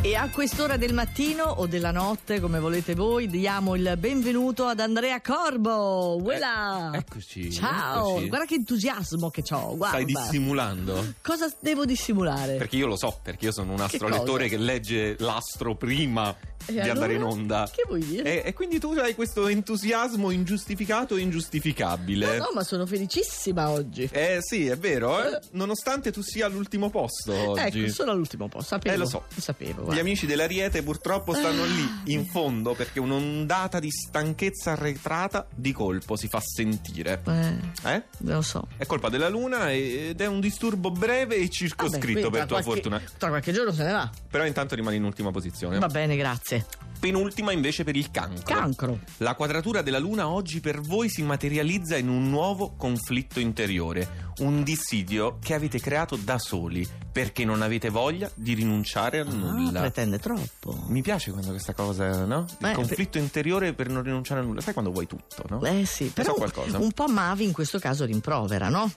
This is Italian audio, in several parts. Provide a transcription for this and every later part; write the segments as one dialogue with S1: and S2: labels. S1: E a quest'ora del mattino o della notte, come volete voi, diamo il benvenuto ad Andrea Corbo. Voilà.
S2: Eh, Eccoci.
S1: Ah. Ciao,
S2: eccoci.
S1: guarda che entusiasmo che ho. Guarda.
S2: Stai dissimulando?
S1: Cosa devo dissimulare?
S2: Perché io lo so, perché io sono un
S1: cosa?
S2: astrolettore che legge l'astro prima
S1: E
S2: di andare in
S1: Eh, allora?
S2: onda. Eh,
S1: Che vuoi dire?
S2: E, e quindi tu hai questo entusiasmo ingiustificato e ingiustificabile.
S1: No, no, ma sono felicissima oggi.
S2: Eh sì, è vero, eh? nonostante tu sia all'ultimo posto oggi.
S1: Ecco, sono all'ultimo posto. Sapevo.
S2: Eh, lo so.
S1: Sapevo.
S2: Gli
S1: guarda.
S2: amici dell'Ariete purtroppo stanno
S1: Ah.
S2: lì in fondo perché un'ondata di stanchezza arretrata di colpo si fa sentire.
S1: Eh,
S2: Eh?
S1: lo so.
S2: È colpa della luna e- ed è un disturbo breve e
S1: Vabbè,
S2: circoscritto
S1: Ah quindi tra
S2: per tua
S1: qualche-
S2: fortuna. Eh.
S1: Tra qualche giorno se ne va.
S2: Però intanto rimane in ultima posizione.
S1: Va bene, grazie.
S2: Penultima invece per il cancro.
S1: Cancro.
S2: La quadratura della luna oggi per voi si materializza in un nuovo conflitto interiore, un dissidio che avete creato da soli perché non avete voglia di rinunciare a
S1: Ah,
S2: nulla.
S1: pretende troppo.
S2: Mi piace quando questa cosa, no? Il
S1: Beh,
S2: conflitto interiore per non rinunciare a nulla. Sai quando vuoi tutto, no?
S1: Eh sì, però
S2: so qualcosa.
S1: un po' Mavi in questo caso rimprovera, no?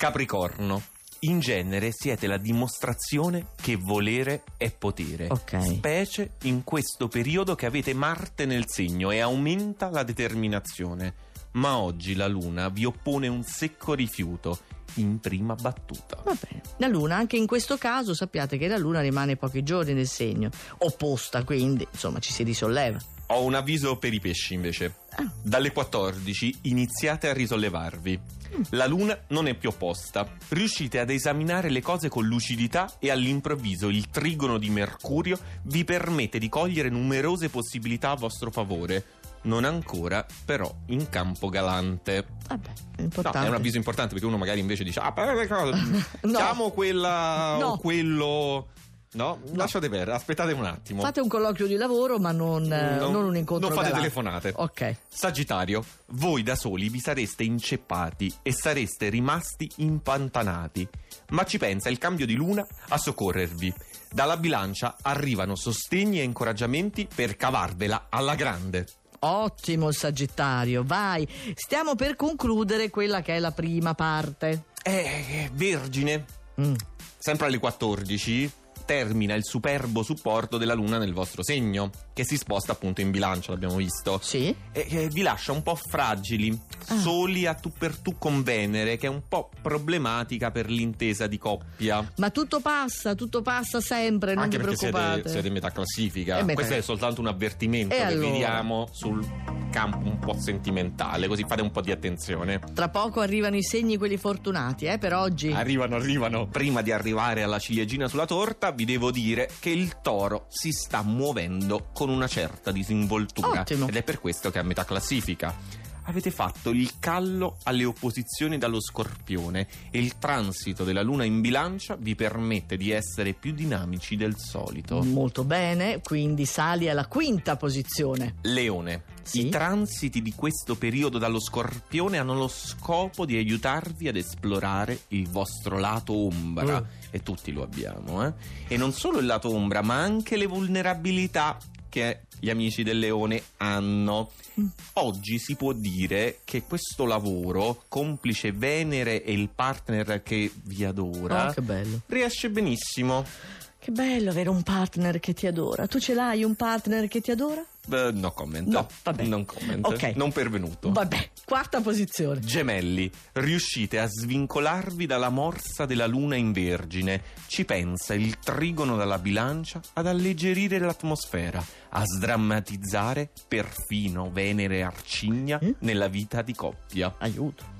S2: Capricorno. In genere siete la dimostrazione che volere è potere.
S1: Ok.
S2: Specie in questo periodo che avete Marte nel segno e aumenta la determinazione. Ma oggi la Luna vi oppone un secco rifiuto in prima battuta.
S1: Va bene. La Luna, anche in questo caso, sappiate che la Luna rimane pochi giorni nel segno, opposta, quindi insomma ci si risolleva.
S2: Ho un avviso per i pesci invece.
S1: Ah.
S2: Dalle 14 iniziate a risollevarvi.
S1: Mm.
S2: La luna non è più opposta. Riuscite ad esaminare le cose con lucidità e all'improvviso il trigono di Mercurio vi permette di cogliere numerose possibilità a vostro favore. Non ancora, però, in campo galante.
S1: Vabbè, è
S2: No,
S1: importante.
S2: è un avviso importante perché uno magari invece dice: Ah, però, però,
S1: No.
S2: chiamo quella
S1: No.
S2: o quello. No, lasciate perdere, aspettate un attimo.
S1: Fate un colloquio di lavoro, ma non, eh,
S2: Non-
S1: non un incontro.
S2: non fate
S1: galante.
S2: telefonate.
S1: Ok.
S2: Sagittario, voi da soli vi sareste inceppati e sareste rimasti impantanati, ma ci pensa il cambio di luna a soccorrervi. Dalla bilancia arrivano sostegni e incoraggiamenti per cavarvela alla grande.
S1: Ottimo il Sagittario, vai. Stiamo per concludere quella che è la prima parte.
S2: Eh, Vergine,
S1: Mm.
S2: sempre alle 14 termina il superbo supporto della luna nel vostro segno, che si sposta appunto in bilancia, l'abbiamo visto.
S1: Sì?
S2: E, e eh, vi lascia un po' fragili,
S1: Ah.
S2: soli a tu per tu con Venere, che è un po' problematica per l'intesa di coppia.
S1: Ma tutto passa, tutto passa sempre, Eh, non
S2: Anche
S1: vi
S2: perché
S1: preoccupate.
S2: siete, siete in metà classifica.
S1: Eh, metà-
S2: Questo è soltanto un avvertimento
S1: E
S2: che
S1: allora?
S2: vi diamo sul campo un po' sentimentale, così fate un po' di attenzione.
S1: Tra poco arrivano i segni quelli fortunati, eh, per oggi.
S2: Arrivano, arrivano. Prima di arrivare alla ciliegina sulla torta, vi devo dire che il toro si sta muovendo con una certa disinvoltura.
S1: Ottimo.
S2: Ed è per questo che è a metà classifica. Avete fatto il callo alle opposizioni dallo scorpione e il transito della luna in bilancia vi permette di essere più dinamici del solito.
S1: Molto bene, quindi sali alla quinta posizione.
S2: Leone,
S1: Sì.
S2: i transiti di questo periodo dallo scorpione hanno lo scopo di aiutarvi ad esplorare il vostro lato ombra,
S1: Mm.
S2: e tutti lo abbiamo, eh? E non solo il lato ombra, ma anche le vulnerabilità che gli amici del leone hanno.
S1: Mm.
S2: Oggi si può dire che questo lavoro, complice Venere e il partner che vi adora,
S1: Oh, che bello.
S2: riesce benissimo.
S1: Che bello avere un partner che ti adora. Tu ce l'hai un partner che ti adora?
S2: Eh, no comment.
S1: No, vabbè.
S2: Non comment.
S1: Ok.
S2: Non pervenuto.
S1: Vabbè, quarta posizione.
S2: Gemelli, riuscite a svincolarvi dalla morsa della luna in vergine. Ci pensa il trigono dalla bilancia ad alleggerire l'atmosfera, a sdrammatizzare perfino Venere arcigna
S1: Mm?
S2: nella vita di coppia.
S1: Aiuto.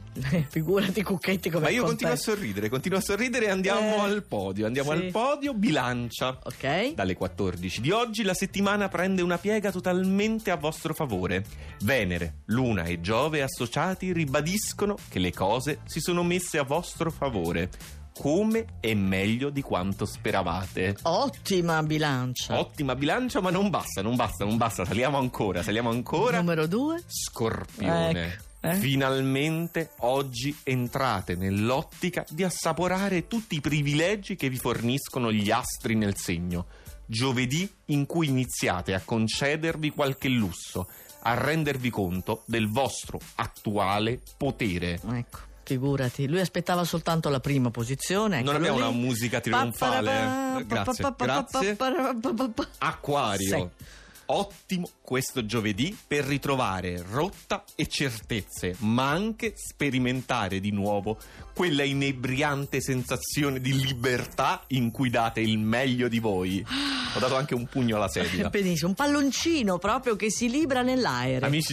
S1: Figurati Cucchetti come
S2: Ma io continuo a
S1: contesta.
S2: sorridere, continuo a sorridere e andiamo
S1: Eh,
S2: al podio. Andiamo
S1: sì.
S2: al podio, bilancia.
S1: Ok?
S2: Dalle 14 di oggi la settimana prende una piega totalmente a vostro favore. Venere, Luna e Giove associati ribadiscono che le cose si sono messe a vostro favore, come e meglio di quanto speravate.
S1: Ottima bilancia.
S2: Ottima bilancia, ma non basta, non basta, non basta. Saliamo ancora, saliamo ancora.
S1: Numero due.
S2: Scorpione.
S1: Ecco, eh.
S2: Finalmente oggi entrate nell'ottica di assaporare tutti i privilegi che vi forniscono gli astri nel segno. Giovedì in cui iniziate a concedervi qualche lusso, a rendervi conto del vostro attuale potere.
S1: Ecco. Figurati, lui aspettava soltanto la prima posizione.
S3: Non abbiamo una musica
S2: eh.
S3: trionfale. Grazie. Grazie. Acquario.
S1: Sì.
S2: Ottimo questo giovedì per ritrovare rotta e certezze, ma anche sperimentare di nuovo quella inebriante sensazione di libertà in cui date il meglio di voi. Ho dato anche un pugno alla sedia.
S1: Benissimo, un palloncino proprio che si libra nell'aere.
S2: Amici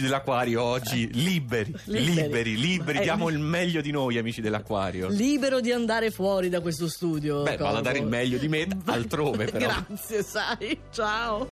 S2: dell'acquario, oggi liberi,
S1: Liberi.
S2: liberi, liberi,
S1: Eh,
S2: diamo il meglio di noi, amici dell'acquario.
S1: Libero di andare fuori da questo studio.
S2: Beh, vado a
S1: Corvo.
S2: dare il meglio di me altrove, però.
S1: Grazie, sai. Ciao.